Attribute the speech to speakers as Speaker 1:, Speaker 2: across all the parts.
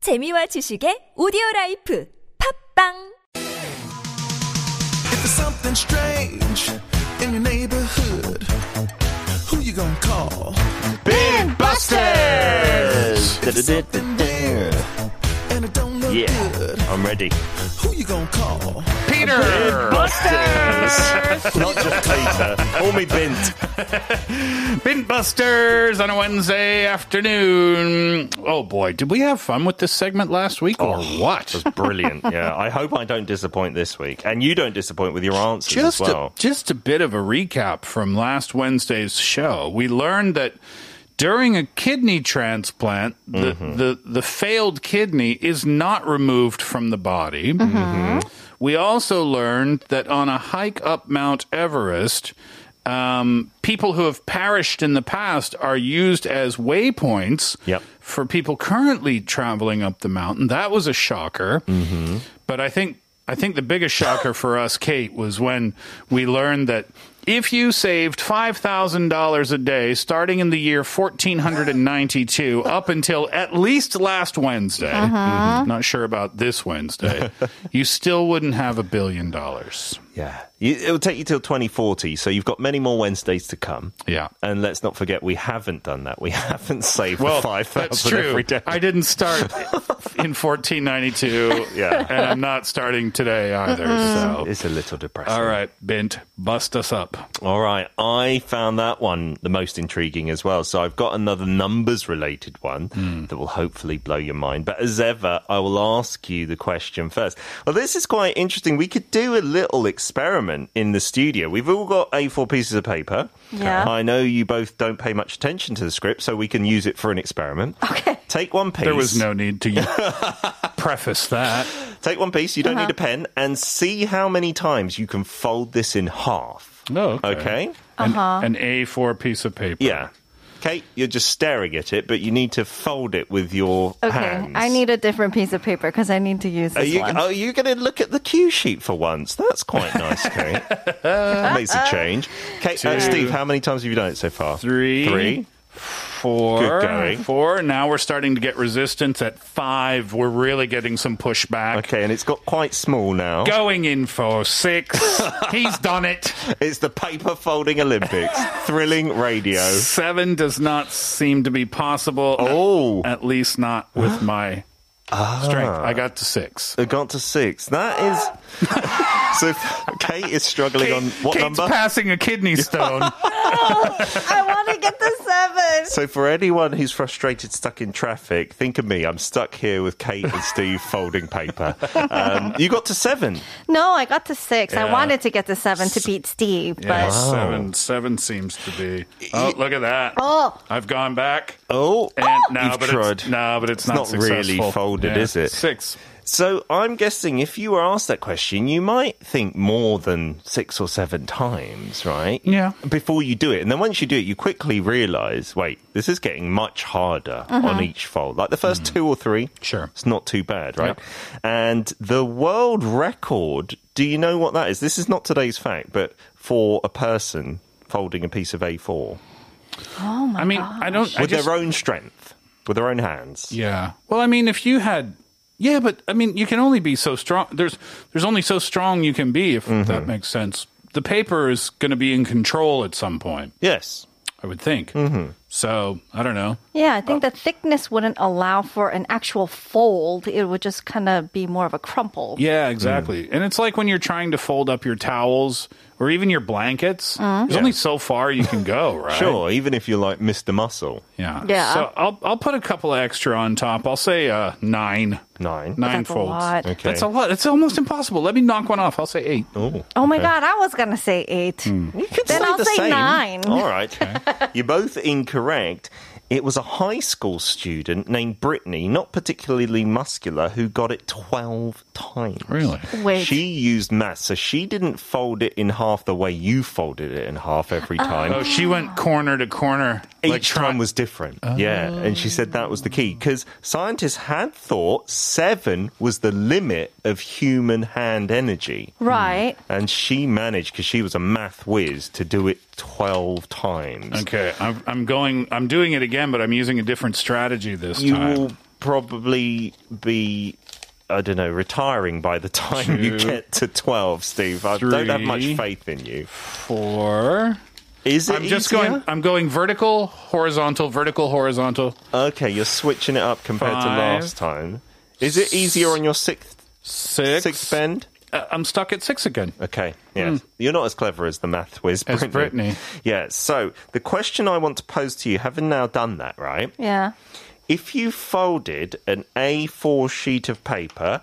Speaker 1: 재미와 지식의 오디오 라이프 팝빵
Speaker 2: If there's something strange in your neighborhood, who you gonna call?
Speaker 3: Big
Speaker 2: If
Speaker 3: Busters!
Speaker 2: there's something weird and it don't look
Speaker 3: Yeah,
Speaker 2: good,
Speaker 3: I'm ready.
Speaker 2: who you gonna call?
Speaker 3: Peter! Busters! Not just Peter. Call me Bint.
Speaker 4: Bin Busters on a Wednesday afternoon. Oh boy, did we have fun with this segment last week or what?
Speaker 3: Brilliant. Yeah, I hope I don't disappoint this week. And you don't disappoint with your answers
Speaker 4: Just
Speaker 3: as well.
Speaker 4: a, just a bit of a recap from last Wednesday's show. We learned that during a kidney transplant, the
Speaker 3: Mm-hmm.
Speaker 4: the, the failed kidney is not removed from the body. We also learned that on a hike up Mount Everest, um, people who have perished in the past are used as waypoints
Speaker 3: Yep.
Speaker 4: for people currently traveling up the mountain. That was a shocker.
Speaker 3: Mm-hmm.
Speaker 4: But I think I think the biggest shocker for us, Kate, was when we learned that if you saved five thousand dollars a day starting in the year fourteen hundred and ninety-two up until at least last Wednesday,
Speaker 3: Uh-huh.
Speaker 4: Mhm. not sure about this Wednesday, you still wouldn't have a billion dollars.
Speaker 3: yeah. You, it'll take you till 2040, so you've got many more Wednesdays to come.
Speaker 4: Yeah.
Speaker 3: And let's not forget, we haven't done that. We haven't saved
Speaker 4: Well, that's
Speaker 3: 5,000
Speaker 4: true.
Speaker 3: every day.
Speaker 4: I didn't start in 1492,
Speaker 3: Yeah.
Speaker 4: and I'm not starting today either. So,
Speaker 3: It's a little depressing.
Speaker 4: all right, Bint, bust us up.
Speaker 3: All right, I found that one the most intriguing as well. So I've got another numbers related one
Speaker 4: Hmm.
Speaker 3: that will hopefully blow your mind. But as ever, I will ask you the question first. Well, this is quite interesting. We could do a little experiment in the studio. We've all got A4 pieces of paper.
Speaker 5: Yeah.
Speaker 3: I know you both don't pay much attention to the script, so we can use it for an experiment. Okay. Take one piece.
Speaker 4: There was no need to preface that.
Speaker 3: Take one piece. You don't need a pen, and see how many times you can fold this in half.
Speaker 4: No,
Speaker 3: Okay.
Speaker 4: An, an A4 piece of paper.
Speaker 3: Yeah. Kate, you're just staring at it, but you need to fold it with your
Speaker 5: Okay,
Speaker 3: hands.
Speaker 5: I need a different piece of paper because I need to use
Speaker 3: Are
Speaker 5: this
Speaker 3: you,
Speaker 5: one.
Speaker 3: are you going to look at the cue sheet for once? That's quite nice, Kate. Makes a change. Kate, uh,
Speaker 4: Two.
Speaker 3: Steve, how many times have you done it so far?
Speaker 4: Three.
Speaker 3: Three.
Speaker 4: Four.
Speaker 3: Good going.
Speaker 4: Four. Now we're starting to get resistance at five. We're really getting some pushback.
Speaker 3: Okay, and it's got quite small now.
Speaker 4: Going in for six. He's done it.
Speaker 3: It's the paper folding Olympics. Thrilling radio.
Speaker 4: Seven does not seem to be possible.
Speaker 3: Oh. Ah.
Speaker 4: At least not with my strength. I got to six.
Speaker 3: It got to six. That is. so Kate is struggling on what
Speaker 4: Kate's
Speaker 3: number?
Speaker 4: passing a kidney stone.
Speaker 5: I want to get the seven.
Speaker 3: So for anyone who's frustrated, stuck in traffic, think of me. I'm stuck here with Kate and Steve folding paper. Um, you got to seven.
Speaker 5: No, I got to six.
Speaker 4: Yeah.
Speaker 5: I wanted to get to seven to beat Steve,
Speaker 4: Yeah,
Speaker 3: Uh-huh.
Speaker 5: but
Speaker 4: seven. Seven seems to be. Oh, look at that.
Speaker 5: Oh.
Speaker 4: I've gone back.
Speaker 3: Oh,
Speaker 4: And no,
Speaker 3: You've
Speaker 4: but
Speaker 3: tried.
Speaker 4: it's, no, but it's,
Speaker 3: It's not really
Speaker 4: successful.
Speaker 3: folded, is it?
Speaker 4: Six.
Speaker 3: So I'm guessing if you were asked that question, you might think more than six or seven times, right?
Speaker 4: Yeah.
Speaker 3: Before you do it. And then once you do it, you quickly realize, wait, this is getting much harder on each fold. Like the 1st two or three,
Speaker 4: Uh-huh. Mm. Sure.
Speaker 3: It's not too bad, right?
Speaker 4: Yep.
Speaker 3: And the world record, do you know what that is? This is not today's fact, but for a person folding a piece of A4 Oh
Speaker 4: I mean, I don't. I
Speaker 3: with
Speaker 4: just,
Speaker 3: their own strength, with their own hands.
Speaker 4: yeah. Well, I mean, if you had, yeah, but I mean, you can only be so strong. There's there's only so strong you can be, if
Speaker 3: Mm-hmm.
Speaker 4: that makes sense. The paper is going to be in control at some point,
Speaker 3: Yes.
Speaker 4: I would think. Mm-hmm. So I don't know.
Speaker 5: yeah, I think the thickness wouldn't allow for an actual fold. It would just kind of be more of a crumple.
Speaker 4: Yeah,
Speaker 5: Mm.
Speaker 4: exactly. And it's like when you're trying to fold up your towels or even your blankets.
Speaker 5: Uh-huh.
Speaker 4: There's only so far you can go, right?
Speaker 3: Sure, even if you're like Mr. Muscle.
Speaker 4: Yeah.
Speaker 5: Yeah.
Speaker 4: So I'll I'll put a couple of extra on top. I'll say uh, nine.
Speaker 3: Nine.
Speaker 4: Nine
Speaker 5: That's a
Speaker 4: folds.
Speaker 5: lot.
Speaker 3: Okay.
Speaker 4: That's a lot. It's almost impossible. Let me knock one off. I'll say eight.
Speaker 3: Oh.
Speaker 5: Oh my god, I was gonna say eight.
Speaker 3: You could say
Speaker 5: Then I'll
Speaker 3: the same.
Speaker 5: say nine.
Speaker 3: All right. You're both incorrect. It was a high school student named Brittany, not particularly muscular, who got it 12 times.
Speaker 4: Really?
Speaker 5: Wait.
Speaker 3: She used maths, so she didn't fold it in half the way you folded it in half every time.
Speaker 4: Oh, she went corner to corner.
Speaker 3: Each
Speaker 4: like Oh. try-
Speaker 3: time was different. Yeah, and she said that was the key because scientists had thought seven was the limit of human hand energy.
Speaker 5: Right.
Speaker 3: And she managed, because she was a math whiz, to do it 12 times.
Speaker 4: Okay, I'm, I'm going. I'm doing it again, but I'm using a different strategy this
Speaker 3: You
Speaker 4: time.
Speaker 3: will probably be. I don't know, retiring by the time you
Speaker 4: Two.
Speaker 3: get to 12, Steve. I do don't have much
Speaker 4: Three.
Speaker 3: faith in you.
Speaker 4: Four.
Speaker 3: Is it
Speaker 4: I'm just
Speaker 3: easier?
Speaker 4: going. I'm going vertical, horizontal, vertical, horizontal.
Speaker 3: Okay, you're switching it up compared to
Speaker 4: Five.
Speaker 3: last time. Is it easier on your sixth
Speaker 4: Six.
Speaker 3: sixth bend?
Speaker 4: Uh, I'm stuck at six again.
Speaker 3: Okay, yeah. You're not as clever as the math whiz,
Speaker 4: Hmm. As
Speaker 3: Brittany.
Speaker 4: Brittany.
Speaker 3: Yeah, so the question I want to pose to you, having now done that, right?
Speaker 5: Yeah.
Speaker 3: If you folded an A4 sheet of paper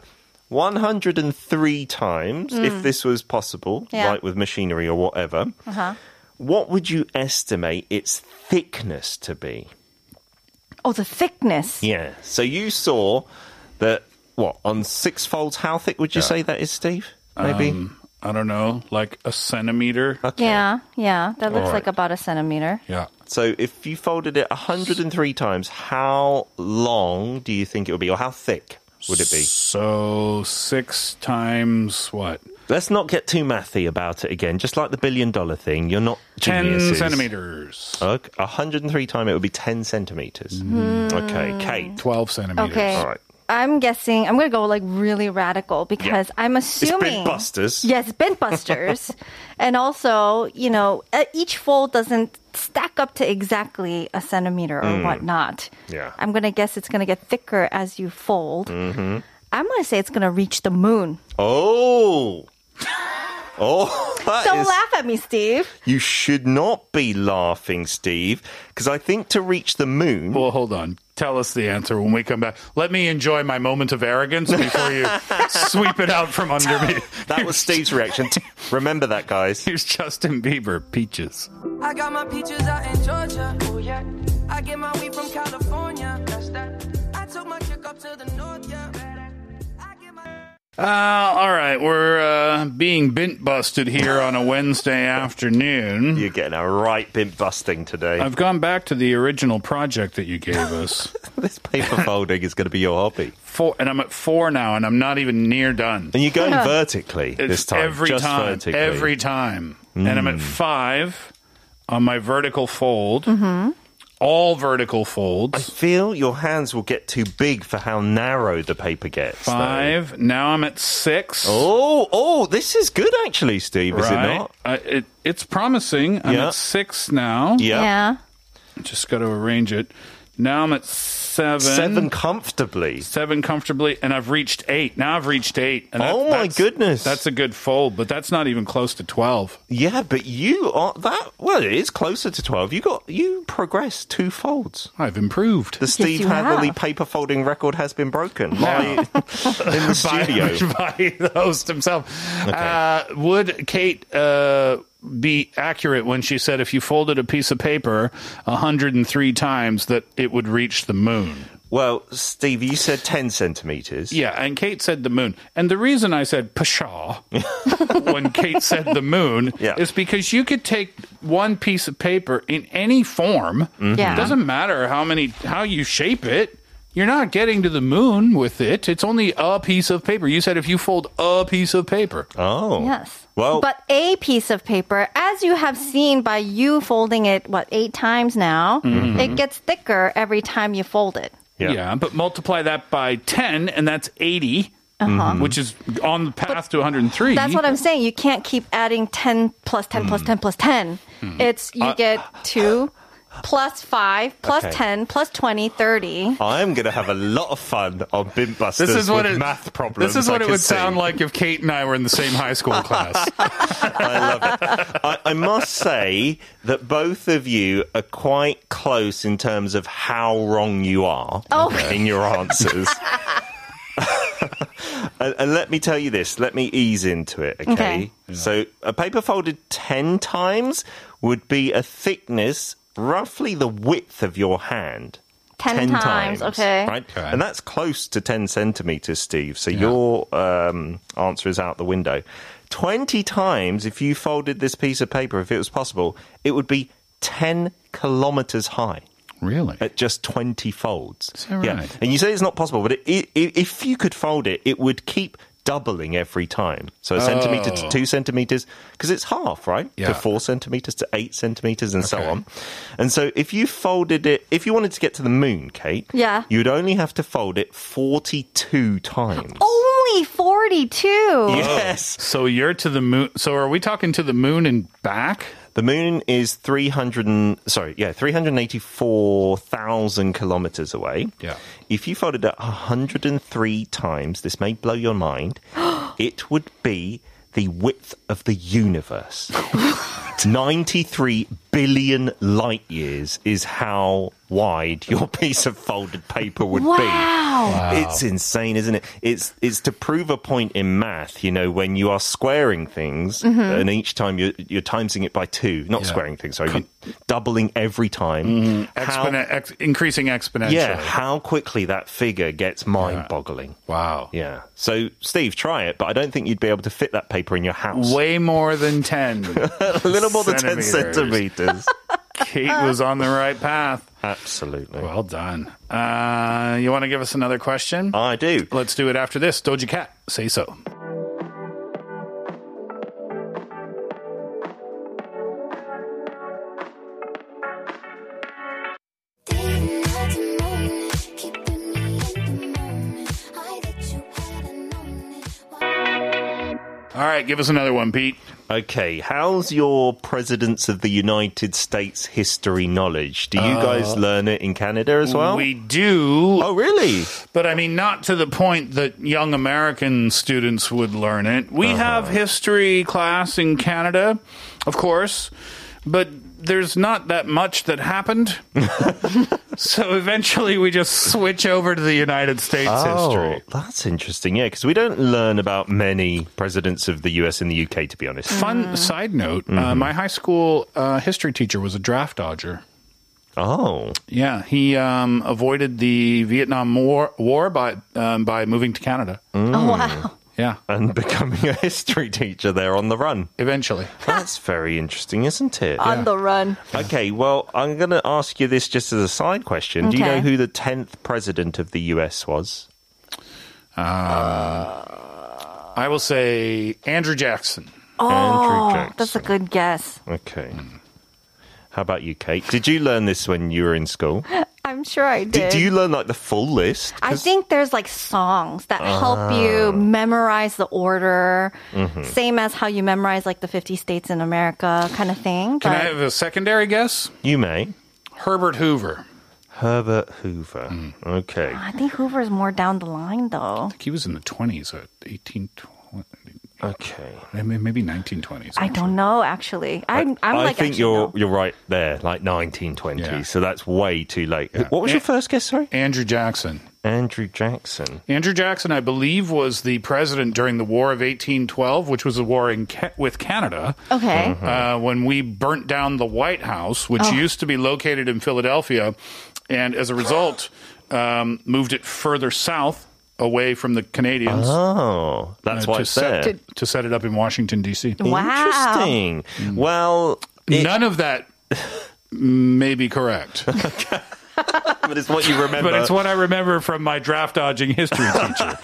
Speaker 3: 103 times, if this was possible,
Speaker 5: Hmm. Yeah.
Speaker 3: like with machinery or whatever,
Speaker 5: Uh-huh.
Speaker 3: what would you estimate its thickness to be?
Speaker 5: Oh, the thickness.
Speaker 3: Yeah. So you saw that what on six folds? How thick would you say that is, Steve? Maybe.
Speaker 4: I don't know, like a centimeter.
Speaker 3: okay.
Speaker 5: Yeah, yeah. That
Speaker 3: All
Speaker 5: looks
Speaker 3: right.
Speaker 5: like about a centimeter.
Speaker 4: Yeah.
Speaker 3: So if you folded it 103 times, how long do you think it would be, or how thick would it be?
Speaker 4: So six times what?
Speaker 3: Let's not get too mathy about it again. Just like the billion dollar thing, you're not
Speaker 4: Ten
Speaker 3: geniuses.
Speaker 4: centimeters.
Speaker 3: Okay, 103 times it would be 10 centimeters.
Speaker 4: Hmm.
Speaker 3: Okay, Kate.
Speaker 4: Twelve centimeters.
Speaker 5: Okay.
Speaker 3: All right.
Speaker 5: I'm guessing I'm gonna go like really radical because I'm
Speaker 3: It's big
Speaker 5: assuming
Speaker 3: busters.
Speaker 5: Yes, bin busters, and also you know uh, each fold doesn't stack up to exactly a centimeter or
Speaker 3: Mm.
Speaker 5: whatnot.
Speaker 3: Yeah.
Speaker 5: I'm gonna guess it's gonna get thicker as you fold. Mm-hmm. I'm gonna say it's gonna reach the moon.
Speaker 3: Oh. Oh, that
Speaker 5: Don't
Speaker 3: is-
Speaker 5: laugh at me, Steve.
Speaker 3: You should not be laughing, Steve, because I think to reach the moon.
Speaker 4: Well, hold on. Tell us the answer when we come back. Let me enjoy my moment of arrogance before you sweep it out from under me.
Speaker 3: that was Steve's reaction. Remember that, guys.
Speaker 4: Here's Justin Bieber, Peaches.
Speaker 6: I got my peaches out in Georgia. Oh yeah. I get my weed from California. That's that. I took my chick up to the north, yeah. I get my
Speaker 4: Uh, all right, we're uh, being bint busted here on a Wednesday afternoon.
Speaker 3: You're getting a right bit busting today.
Speaker 4: I've gone back to the original project that you gave us,
Speaker 3: this paper folding is going to be your hobby.
Speaker 4: four, and I'm at four now, and I'm not even near done.
Speaker 3: And you're going vertically
Speaker 4: It's
Speaker 3: this time.
Speaker 4: every
Speaker 3: just
Speaker 4: time,
Speaker 3: vertically. Hmm.
Speaker 4: every time, and I'm at five on my vertical fold, all vertical folds.
Speaker 3: I feel your hands will get too big for how narrow the paper gets. though.
Speaker 4: five. Now I'm at six.
Speaker 3: Oh, oh, this is good actually, Steve, is it not?
Speaker 4: Uh, it, it's promising. I'm
Speaker 3: Yeah.
Speaker 4: at six now.
Speaker 5: Yeah.
Speaker 4: Just got to arrange it. Now I'm at seven.
Speaker 3: Seven comfortably.
Speaker 4: Seven comfortably, and I've reached eight. Now I've reached eight. And that-
Speaker 3: Oh, my
Speaker 4: that's-
Speaker 3: goodness.
Speaker 4: That's a good fold, but that's not even close to 12.
Speaker 3: Yeah, but you are that. Well, it is closer to twelve. You got you progressed two folds.
Speaker 4: I've improved.
Speaker 3: The Steve
Speaker 5: you
Speaker 3: Hatherley
Speaker 5: have.
Speaker 3: paper folding record has been broken by,
Speaker 4: Yeah.
Speaker 3: in the
Speaker 4: by,
Speaker 3: studio.
Speaker 4: by the host himself. Uh, would Kate uh, be accurate when she said if you folded a piece of paper 103 times that it would reach the moon?
Speaker 3: Well, Steve, you said ten centimeters.
Speaker 4: Yeah, and Kate said the moon. And the reason I said pshaw when Kate said the moon
Speaker 3: Yeah.
Speaker 4: is because you could take one piece of paper in any form.
Speaker 3: Mm-hmm.
Speaker 5: Yeah.
Speaker 4: It doesn't matter how many how you shape it. You're not getting to the moon with it. It's only a piece of paper. You said if you fold a piece of paper.
Speaker 3: Oh,
Speaker 5: Yes.
Speaker 3: Well,
Speaker 5: but a piece of paper, as you have seen by you folding it, what, eight times now,
Speaker 3: Mm-hmm.
Speaker 5: it gets thicker every time you fold it.
Speaker 3: yeah.
Speaker 4: but multiply that by 10 and that's 80, which is on the path to 103.
Speaker 5: Uh-huh. That's what I'm saying. You can't keep adding 10 plus 10
Speaker 3: Hmm.
Speaker 5: plus 10 plus 10. It's you get 2 plus 5 plus
Speaker 3: Uh, Okay.
Speaker 5: 10 plus 20 30.
Speaker 3: I'm going to have a lot of fun on Bint Busters
Speaker 4: this is what it,
Speaker 3: with math problems.
Speaker 4: This is
Speaker 3: I
Speaker 4: what it
Speaker 3: can
Speaker 4: would
Speaker 3: see.
Speaker 4: sound like if Kate and I were in the same high school class.
Speaker 3: I love it. I, I must say that both of you are quite close in terms of how wrong you are
Speaker 5: Oh.
Speaker 3: in your answers. and, and let me tell you this. Let me ease into it, okay?
Speaker 5: Okay.
Speaker 3: So a paper folded ten times would be a thickness roughly the width of your hand.
Speaker 5: 10 times, okay.
Speaker 3: Right?
Speaker 4: Okay.
Speaker 3: And that's close to 10 centimeters, Steve. So your um, answer is out the window. 20 times, if you folded this piece of paper, if it was possible, it would be 10 kilometers high
Speaker 4: really?
Speaker 3: at just 20 folds.
Speaker 4: that right?
Speaker 3: And you say it's not possible, but it, i i if you could fold it, it would keep doubling every time. So a centimeter to two centimeters, because it's half, right?
Speaker 4: Oh. Yeah.
Speaker 3: To four centimeters to eight centimeters and so on. And so if you folded it, if you wanted to get to the moon, Kate,
Speaker 5: Yeah.
Speaker 3: you'd only have to fold it 42 times.
Speaker 5: Only 42.
Speaker 3: Yes.
Speaker 4: So you're to the moon. So are we talking to the moon and back?
Speaker 3: The moon is 300 and, sorry, yeah, 384,000 kilometers away.
Speaker 4: Yeah.
Speaker 3: If you folded it 103 times, this may blow your mind, it would be the width of the universe. 93 billion light years is how wide your piece of folded paper would be.
Speaker 5: Wow.
Speaker 3: It's insane, isn't it? It's it's to prove a point in math. You know, when you are squaring things, and each time you're you're timesing it by two,
Speaker 4: Mm-hmm. Yeah.
Speaker 3: not
Speaker 4: Mm-hmm.
Speaker 3: squaring things, sorry, you're doubling every time. How-
Speaker 4: Expone- ex- increasing exponentially.
Speaker 3: yeah, how quickly that figure gets mind-boggling.
Speaker 4: Wow.
Speaker 3: Yeah. So, Steve, try it, but I don't think you'd be able to fit that paper in your house.
Speaker 4: Way more than 10.
Speaker 3: a little more than ten
Speaker 4: Centimeters.
Speaker 3: centimeters.
Speaker 4: Kate was on the right path.
Speaker 3: Absolutely.
Speaker 4: Well done. Uh, you want to give us another question?
Speaker 3: I do.
Speaker 4: Let's do it after this. Doja Cat, say so. All right, give us another one, Pete.
Speaker 3: Okay, how's your presidents of the United States history knowledge? Do you guys learn it in Canada as well?
Speaker 4: we do,
Speaker 3: oh, really?
Speaker 4: but I mean, not to the point that young American students would learn it. We have history class in Canada, of course, but there's not that much that happened. so eventually we just switch over to the United States
Speaker 3: Oh.
Speaker 4: history.
Speaker 3: that's interesting. Yeah, because we don't learn about many presidents of the US and the UK, to be honest.
Speaker 4: Fun side note uh, my high school uh, history teacher was a draft dodger.
Speaker 3: Oh,
Speaker 4: Yeah, he um, avoided the Vietnam War, war by, um, by moving to Canada.
Speaker 5: Oh, wow.
Speaker 3: Hmm.
Speaker 4: Yeah,
Speaker 3: and becoming a history teacher there on the run.
Speaker 4: eventually.
Speaker 3: That's very interesting, isn't it?
Speaker 5: On the run.
Speaker 3: Okay, well, I'm going to ask you this just as a side question. Do you
Speaker 5: Okay.
Speaker 3: know who the 10th president of the US was?
Speaker 4: I will say Andrew Jackson.
Speaker 3: Andrew
Speaker 5: Oh,
Speaker 3: Jackson.
Speaker 5: that's a good guess.
Speaker 3: Okay. How about you, Kate? Did you learn this when you were in school?
Speaker 5: I'm sure I did.
Speaker 3: Did, do you learn like the full list?
Speaker 5: I think there's like songs that help
Speaker 3: Ah.
Speaker 5: you memorize the order,
Speaker 3: Mm-hmm.
Speaker 5: same as how you memorize like the 50 states in America kind of thing.
Speaker 4: Can I
Speaker 5: but-
Speaker 4: have a secondary guess?
Speaker 3: You may.
Speaker 4: Herbert Hoover.
Speaker 3: Herbert Hoover. Okay.
Speaker 5: I think Hoover's more down the line though.
Speaker 4: He was in the 20s, uh, 1820,
Speaker 3: Okay.
Speaker 4: I mean, maybe 1920s.
Speaker 5: I don't know actually. I'm, I'm
Speaker 3: I
Speaker 5: like
Speaker 3: think
Speaker 5: actually,
Speaker 3: you're
Speaker 5: no.
Speaker 3: you're right there, like 1920.
Speaker 4: Yeah.
Speaker 3: So that's way too late. What was your
Speaker 4: Yeah.
Speaker 3: first guess? Sorry,
Speaker 4: Andrew Jackson.
Speaker 3: Andrew Jackson.
Speaker 4: Andrew Jackson, I believe, was the president during the War of 1812, which was a war in ca- with Canada.
Speaker 5: okay.
Speaker 4: uh, when we burnt down the White House, which
Speaker 5: Oh.
Speaker 4: used to be located in Philadelphia, and as a result, um, moved it further south away from the Canadians.
Speaker 3: Oh, that's
Speaker 4: uh,
Speaker 3: why
Speaker 4: to
Speaker 3: it's
Speaker 4: set,
Speaker 3: there.
Speaker 4: To, to set it up in Washington D.C.
Speaker 5: Wow.
Speaker 3: Interesting.
Speaker 4: Mm.
Speaker 3: Well, it-
Speaker 4: None of that may be correct,
Speaker 3: but it's what you remember.
Speaker 4: but it's what I remember from my draft dodging history teacher.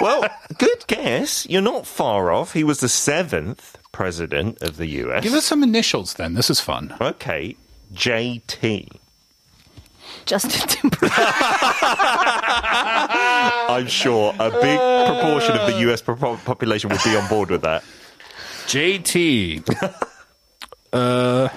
Speaker 3: well, good guess. You're not far off. He was the seventh president of the U.S.
Speaker 4: Give us some initials, then. This is fun.
Speaker 3: okay, J.T.
Speaker 5: Justin Timberlake.
Speaker 3: I'm sure a big proportion of the US pro- population would be on board with that.
Speaker 4: J.T. uh,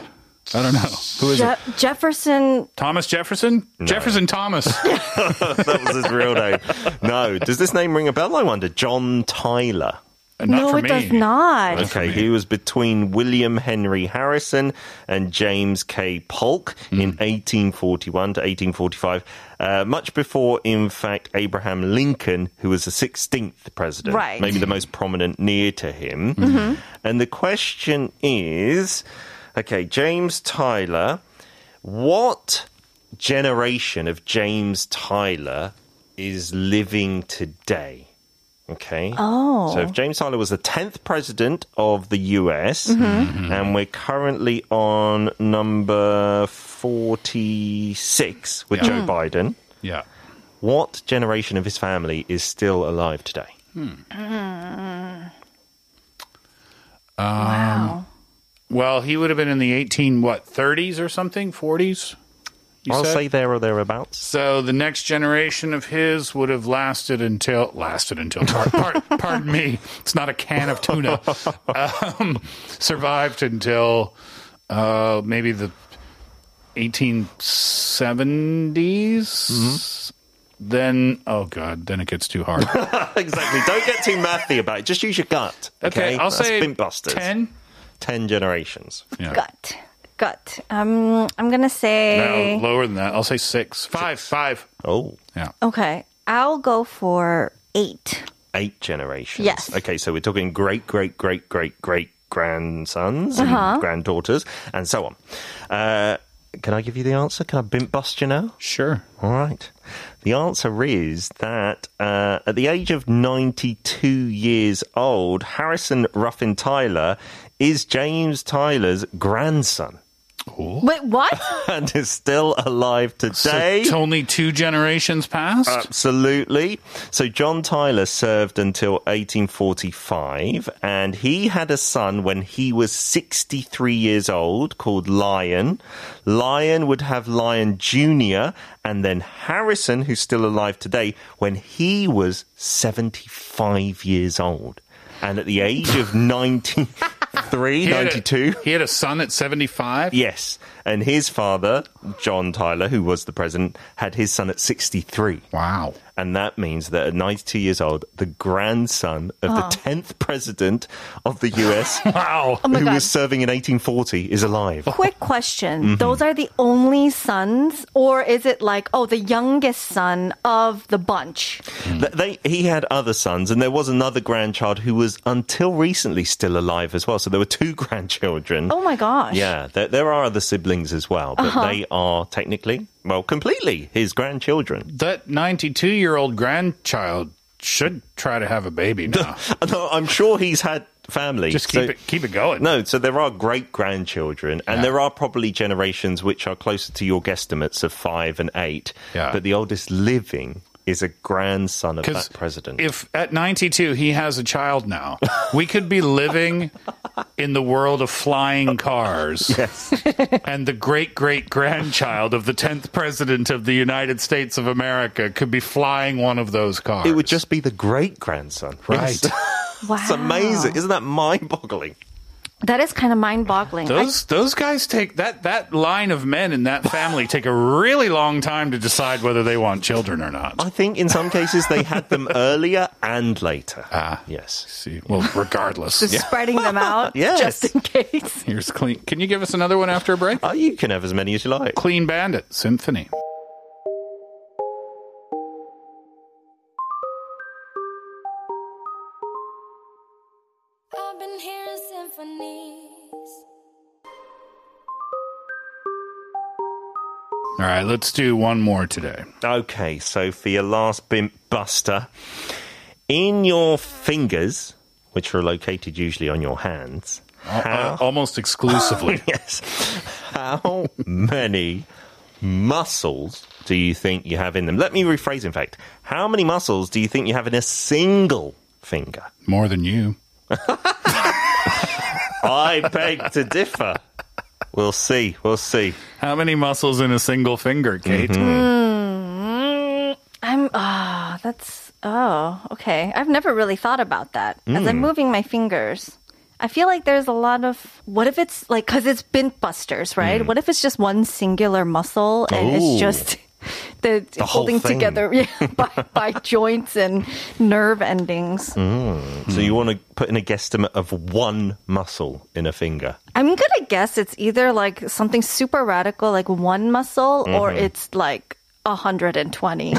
Speaker 4: I don't know. Who is it?
Speaker 5: Je- Jefferson.
Speaker 4: Thomas Jefferson? Jefferson Thomas.
Speaker 3: That was his real name. No, does this name ring a bell? I wonder. John Tyler.
Speaker 4: Not
Speaker 5: No,
Speaker 4: for
Speaker 5: it
Speaker 4: me.
Speaker 5: does not.
Speaker 3: Okay, he was between William Henry Harrison and James K. Polk in 1841 to 1845, uh, much before, in fact, Abraham Lincoln, who was the 16th president,
Speaker 5: Right. Mm-hmm.
Speaker 3: maybe the most prominent near to him. And the question is okay, James Tyler, what generation of James Tyler is living today? Okay.
Speaker 5: Oh.
Speaker 3: So if James Tyler was the 10th president of the US,
Speaker 5: Mm-hmm.
Speaker 3: and we're currently on number 46 with Joe Biden,
Speaker 4: Yeah.
Speaker 5: Mm.
Speaker 3: what generation of his family is still alive today?
Speaker 5: wow.
Speaker 4: Well, he would have been in the 18, what, 30s or something? 40s? You
Speaker 3: I'll
Speaker 4: said?
Speaker 3: say there or thereabouts.
Speaker 4: So the next generation of his would have lasted until lasted until par- par- pardon me, it's not a can of tuna. Um, survived until uh, maybe the 1870s. Then oh god, then it gets too hard. Okay,
Speaker 3: exactly. Don't get too mathy about it. Just use your gut. Okay,
Speaker 4: I'll
Speaker 3: That's
Speaker 4: say
Speaker 3: Bint Busters.
Speaker 4: 10.
Speaker 3: 10 generations.
Speaker 4: Yeah.
Speaker 5: Gut. Gut. Um, I'm going to say.
Speaker 4: No, lower than that. I'll say 6. 5 5.
Speaker 3: Oh,
Speaker 4: Yeah.
Speaker 5: okay. I'll go for eight.
Speaker 3: eight generations.
Speaker 5: Yes.
Speaker 3: Okay, so we're talking great, great, great, great, great grandsons and granddaughters and so on. Uh, can I give you the answer? Can I bint bust you now?
Speaker 4: Sure.
Speaker 3: All right. The answer is that uh, at the age of 92 years old, Harrison Ruffin Tyler is James Tyler's grandson
Speaker 5: Wait, what?
Speaker 3: and is still alive today.
Speaker 4: So only two generations past?
Speaker 3: Absolutely. So John Tyler served until 1845, and he had a son when he was 63 years old called Lion. Lion would have Lion Jr., and then Harrison, who's still alive today, when he was 75 years old. And at the age of 93,
Speaker 4: He had a-
Speaker 3: 92.
Speaker 4: He had a son at 75?
Speaker 3: Yes. And his father, John Tyler, who was the president, had his son at 63.
Speaker 4: Wow.
Speaker 3: And that means that at 92 years old, the grandson of
Speaker 5: Oh.
Speaker 3: the 10th president of the US,
Speaker 4: Wow.
Speaker 5: my
Speaker 3: who
Speaker 5: God.
Speaker 3: was serving in 1840, is alive.
Speaker 5: Quick question.
Speaker 3: Mm-hmm.
Speaker 5: Those are the only sons, or is it like, oh, the youngest son of the bunch?
Speaker 3: Th- They, he had other sons, and there was another grandchild who was until recently still alive as well. So there were two grandchildren.
Speaker 5: Oh my gosh. Uh-huh.
Speaker 3: Yeah, there, there are other siblings as well, but they are technically, well, completely his grandchildren.
Speaker 4: That 92 year old grandchild should try to have a baby now.
Speaker 3: No, I'm sure he's had family.
Speaker 4: Just keep
Speaker 3: so-
Speaker 4: it keep it going.
Speaker 3: No, so there are great grandchildren, and there are probably generations which are closer to your guesstimates of five and eight.
Speaker 4: Yeah.
Speaker 3: But the oldest living is a grandson of
Speaker 4: Because
Speaker 3: that president.
Speaker 4: If at 92 he has a child now, we could be living in the world of flying cars. Yes. and the great great grandchild of the 10th president of the United States of America could be flying one of those cars.
Speaker 3: it would just be the great grandson.
Speaker 4: Right.
Speaker 5: Wow.
Speaker 3: It's amazing. Isn't that mind boggling?
Speaker 5: That is kind of mind boggling.
Speaker 4: Those those guys take that that line of men in that family take a really long time to decide whether they want children or not.
Speaker 3: I think in some cases they had them earlier and later.
Speaker 4: Ah.
Speaker 3: Yes.
Speaker 4: See, well, regardless.
Speaker 5: Just spreading them out
Speaker 3: Yes.
Speaker 5: just in case.
Speaker 4: Here's clean. Can you give us another one after a break?
Speaker 3: Oh, you can have as many as you like.
Speaker 4: Clean Bandit Symphony.
Speaker 7: I've been hearing symphonies.
Speaker 4: All right, let's do one more today.
Speaker 3: Okay, so for your last bimp buster, in your fingers, which are located usually on your hands,
Speaker 4: Uh, almost exclusively.
Speaker 3: yes. How many muscles do you think you have in them? Let me rephrase, in fact. How many muscles do you think you have in a single finger?
Speaker 4: More than you.
Speaker 3: I beg to differ. We'll see. We'll see.
Speaker 4: How many muscles in a single finger, Kate?
Speaker 5: Mm, I'm, ah, that's, oh, okay. I've never really thought about that. As
Speaker 3: Hmm.
Speaker 5: I'm moving my fingers, I feel like there's a lot of, what if it's like, because it's bint busters, right? What if it's just one singular muscle and
Speaker 3: Hmm. Ooh.
Speaker 5: it's just. The,
Speaker 3: whole
Speaker 5: holding
Speaker 3: thing.
Speaker 5: together yeah, by, by joints and nerve endings.
Speaker 3: Hmm. So, you want to put in a guesstimate of one muscle in a finger?
Speaker 5: I'm gonna guess it's either like something super radical, like one muscle, or
Speaker 3: Mm-hmm.
Speaker 5: it's like 120.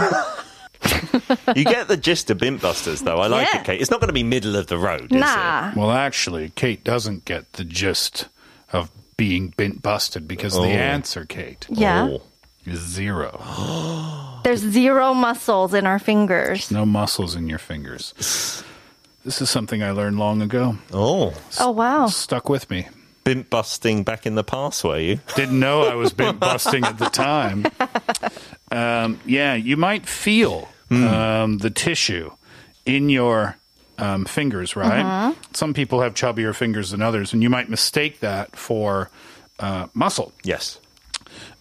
Speaker 3: You get the gist of Bint Busters, though. I like
Speaker 5: Yeah.
Speaker 3: it, Kate. It's not going to be middle of the road, is it?
Speaker 5: nah.
Speaker 4: Mm. Well, actually, Kate doesn't get the gist of being bent busted because the answer, Kate,
Speaker 5: Yeah.
Speaker 3: Oh.
Speaker 4: is zero.
Speaker 5: There's zero muscles in our fingers.
Speaker 4: No muscles in your fingers. This is something I learned long ago.
Speaker 3: Oh.
Speaker 5: Oh, wow.
Speaker 4: Stuck with me.
Speaker 3: Bint busting back in the past, were you?
Speaker 4: Didn't know I was bent busting at the time. Um, yeah, you might feel um, the tissue in your um, fingers, right? Some people have chubbier fingers than others, and you might mistake that for uh, muscle
Speaker 3: Yes.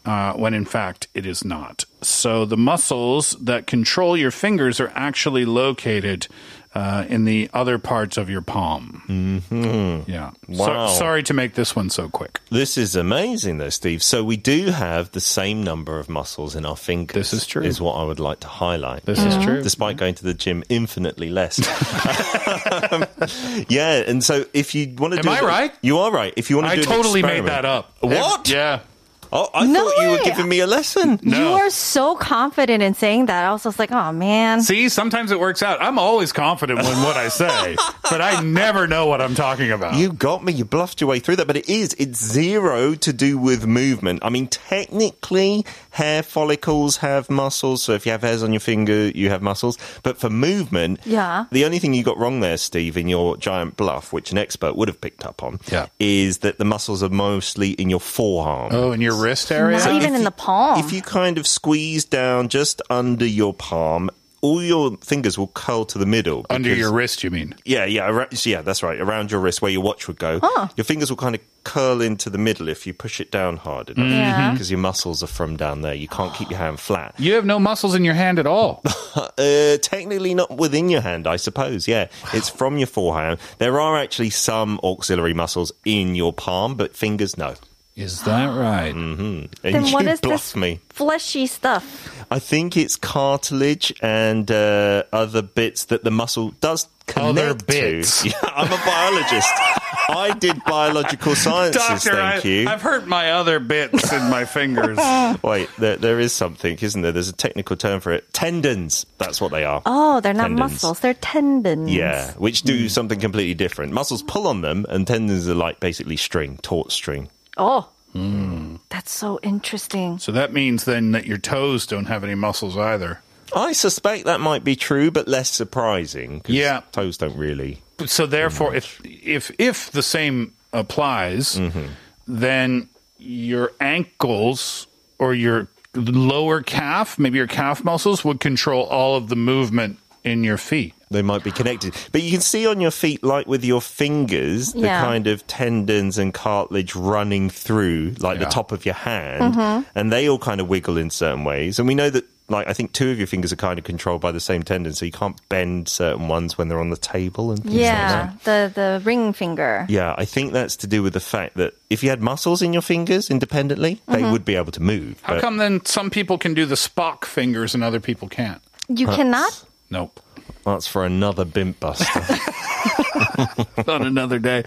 Speaker 4: uh, when in fact it is not. So the muscles that control your fingers are actually located uh, in the other parts of your palm. Mm-hmm. Yeah. So-
Speaker 3: Wow.
Speaker 4: sorry to make this one so quick.
Speaker 3: This is amazing, though, Steve. So we do have the same number of muscles in our fingers.
Speaker 4: This is true.
Speaker 3: Is what I would like to highlight.
Speaker 4: This is true.
Speaker 3: Despite going to the gym infinitely less. yeah, and so if you want to
Speaker 4: Am
Speaker 3: do
Speaker 4: I
Speaker 3: an-
Speaker 4: right?
Speaker 3: You are right. If you want to
Speaker 4: I
Speaker 3: do an
Speaker 4: totally made
Speaker 3: experiment-
Speaker 4: that up.
Speaker 3: What?
Speaker 4: Yeah.
Speaker 3: Oh, I
Speaker 5: No
Speaker 3: thought you were
Speaker 5: way.
Speaker 3: giving me a lesson.
Speaker 4: No.
Speaker 5: You are so confident in saying that. I was just like, oh man.
Speaker 4: See, sometimes it works out. I'm always confident when what I say, but I never know what I'm talking
Speaker 5: Oh.
Speaker 4: about.
Speaker 3: You got me. You bluffed your way through that, but it is. It's zero to do with movement. I mean, technically, hair follicles have muscles. So if you have hairs on your finger, you have muscles. But for movement,
Speaker 5: Yeah.
Speaker 3: the only thing you got wrong there, Steve, in your giant bluff, which an expert would have picked up on,
Speaker 4: Yeah.
Speaker 3: is that the muscles are mostly in your forearm.
Speaker 4: oh, in your wrist area?
Speaker 5: Not
Speaker 3: if
Speaker 5: even in
Speaker 3: you-
Speaker 5: the palm.
Speaker 3: If you kind of squeeze down just under your palm, all your fingers will curl to the middle.
Speaker 4: Under
Speaker 3: because-
Speaker 4: your wrist, you mean?
Speaker 3: yeah, yeah, ar- yeah. That's right. Around your wrist, where your watch would go,
Speaker 5: Ah.
Speaker 3: your fingers will kind of curl into the middle if you push it down hard enough,
Speaker 5: Mm-hmm. Yeah.
Speaker 3: because your muscles are from down there. You can't keep your hand flat.
Speaker 4: You have no muscles in your hand at all.
Speaker 3: Uh, technically, not within your hand, I suppose. Yeah, it's from your forehand. There are actually some auxiliary muscles in your palm, but fingers no.
Speaker 4: Is that right?
Speaker 3: And
Speaker 5: then
Speaker 3: you
Speaker 5: what is
Speaker 3: bluff
Speaker 5: this
Speaker 3: me.
Speaker 5: fleshy stuff?
Speaker 3: I think it's cartilage and uh, other bits that the muscle does connect
Speaker 4: Other
Speaker 3: to.
Speaker 4: Oh, bits.
Speaker 3: Yeah, I'm a biologist. I did biological sciences.
Speaker 4: I,
Speaker 3: thank you.
Speaker 4: I've hurt my other bits in my fingers.
Speaker 3: Wait, there, there is something, isn't there? There's a technical term for it. Tendons. That's what they are.
Speaker 5: Oh, they're not
Speaker 3: Tendons.
Speaker 5: muscles. They're tendons.
Speaker 3: Yeah, which
Speaker 4: Hmm.
Speaker 3: do something completely different. Muscles pull on them, and tendons are like basically string, taut string.
Speaker 5: Oh.
Speaker 3: Hmm.
Speaker 5: That's so interesting.
Speaker 4: so that means then that your toes don't have any muscles either.
Speaker 3: I suspect that might be true, but less surprising. 'cause
Speaker 4: Yeah.
Speaker 3: toes don't really.
Speaker 4: So therefore, if if if the same applies,
Speaker 3: Mm-hmm.
Speaker 4: then your ankles or your lower calf, maybe your calf muscles, would control all of the movement in your feet.
Speaker 3: They might be connected, but you can see on your feet, like with your fingers, the
Speaker 5: Yeah.
Speaker 3: kind of tendons and cartilage running through, like the
Speaker 4: Yeah.
Speaker 3: top of your hand, and they all kind of wiggle in certain ways. And we know that, like, I think two of your fingers are kind of controlled by the same tendon, so you can't bend certain ones when they're on the table and things like
Speaker 5: Yeah,
Speaker 3: that.
Speaker 5: the the ring finger.
Speaker 3: Yeah, I think that's to do with the fact that if you had muscles in your fingers independently, they would be able to move.
Speaker 4: How
Speaker 3: but-
Speaker 4: come then some people can do the Spock fingers and other people can't?
Speaker 5: You cannot.
Speaker 4: Nope.
Speaker 3: That's for another bimp buster.
Speaker 4: on another day.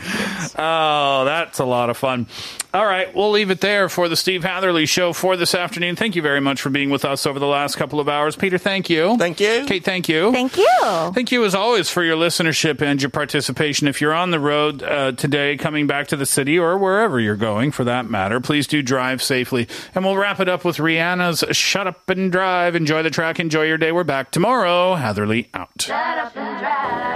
Speaker 4: Oh, that's a lot of fun. All right, we'll leave it there for the Steve Hatherley show for this afternoon. Thank you very much for being with us over the last couple of hours. Peter, thank you.
Speaker 3: Thank you.
Speaker 4: Kate, thank you.
Speaker 5: Thank you.
Speaker 4: Thank you, as always, for your listenership and your participation. If you're on the road uh, today, coming back to the city or wherever you're going for that matter, please do drive safely. And we'll wrap it up with Rihanna's Shut Up and Drive. Enjoy the track, enjoy your day. We're back tomorrow. Hatherley out.
Speaker 7: Shut up and drive.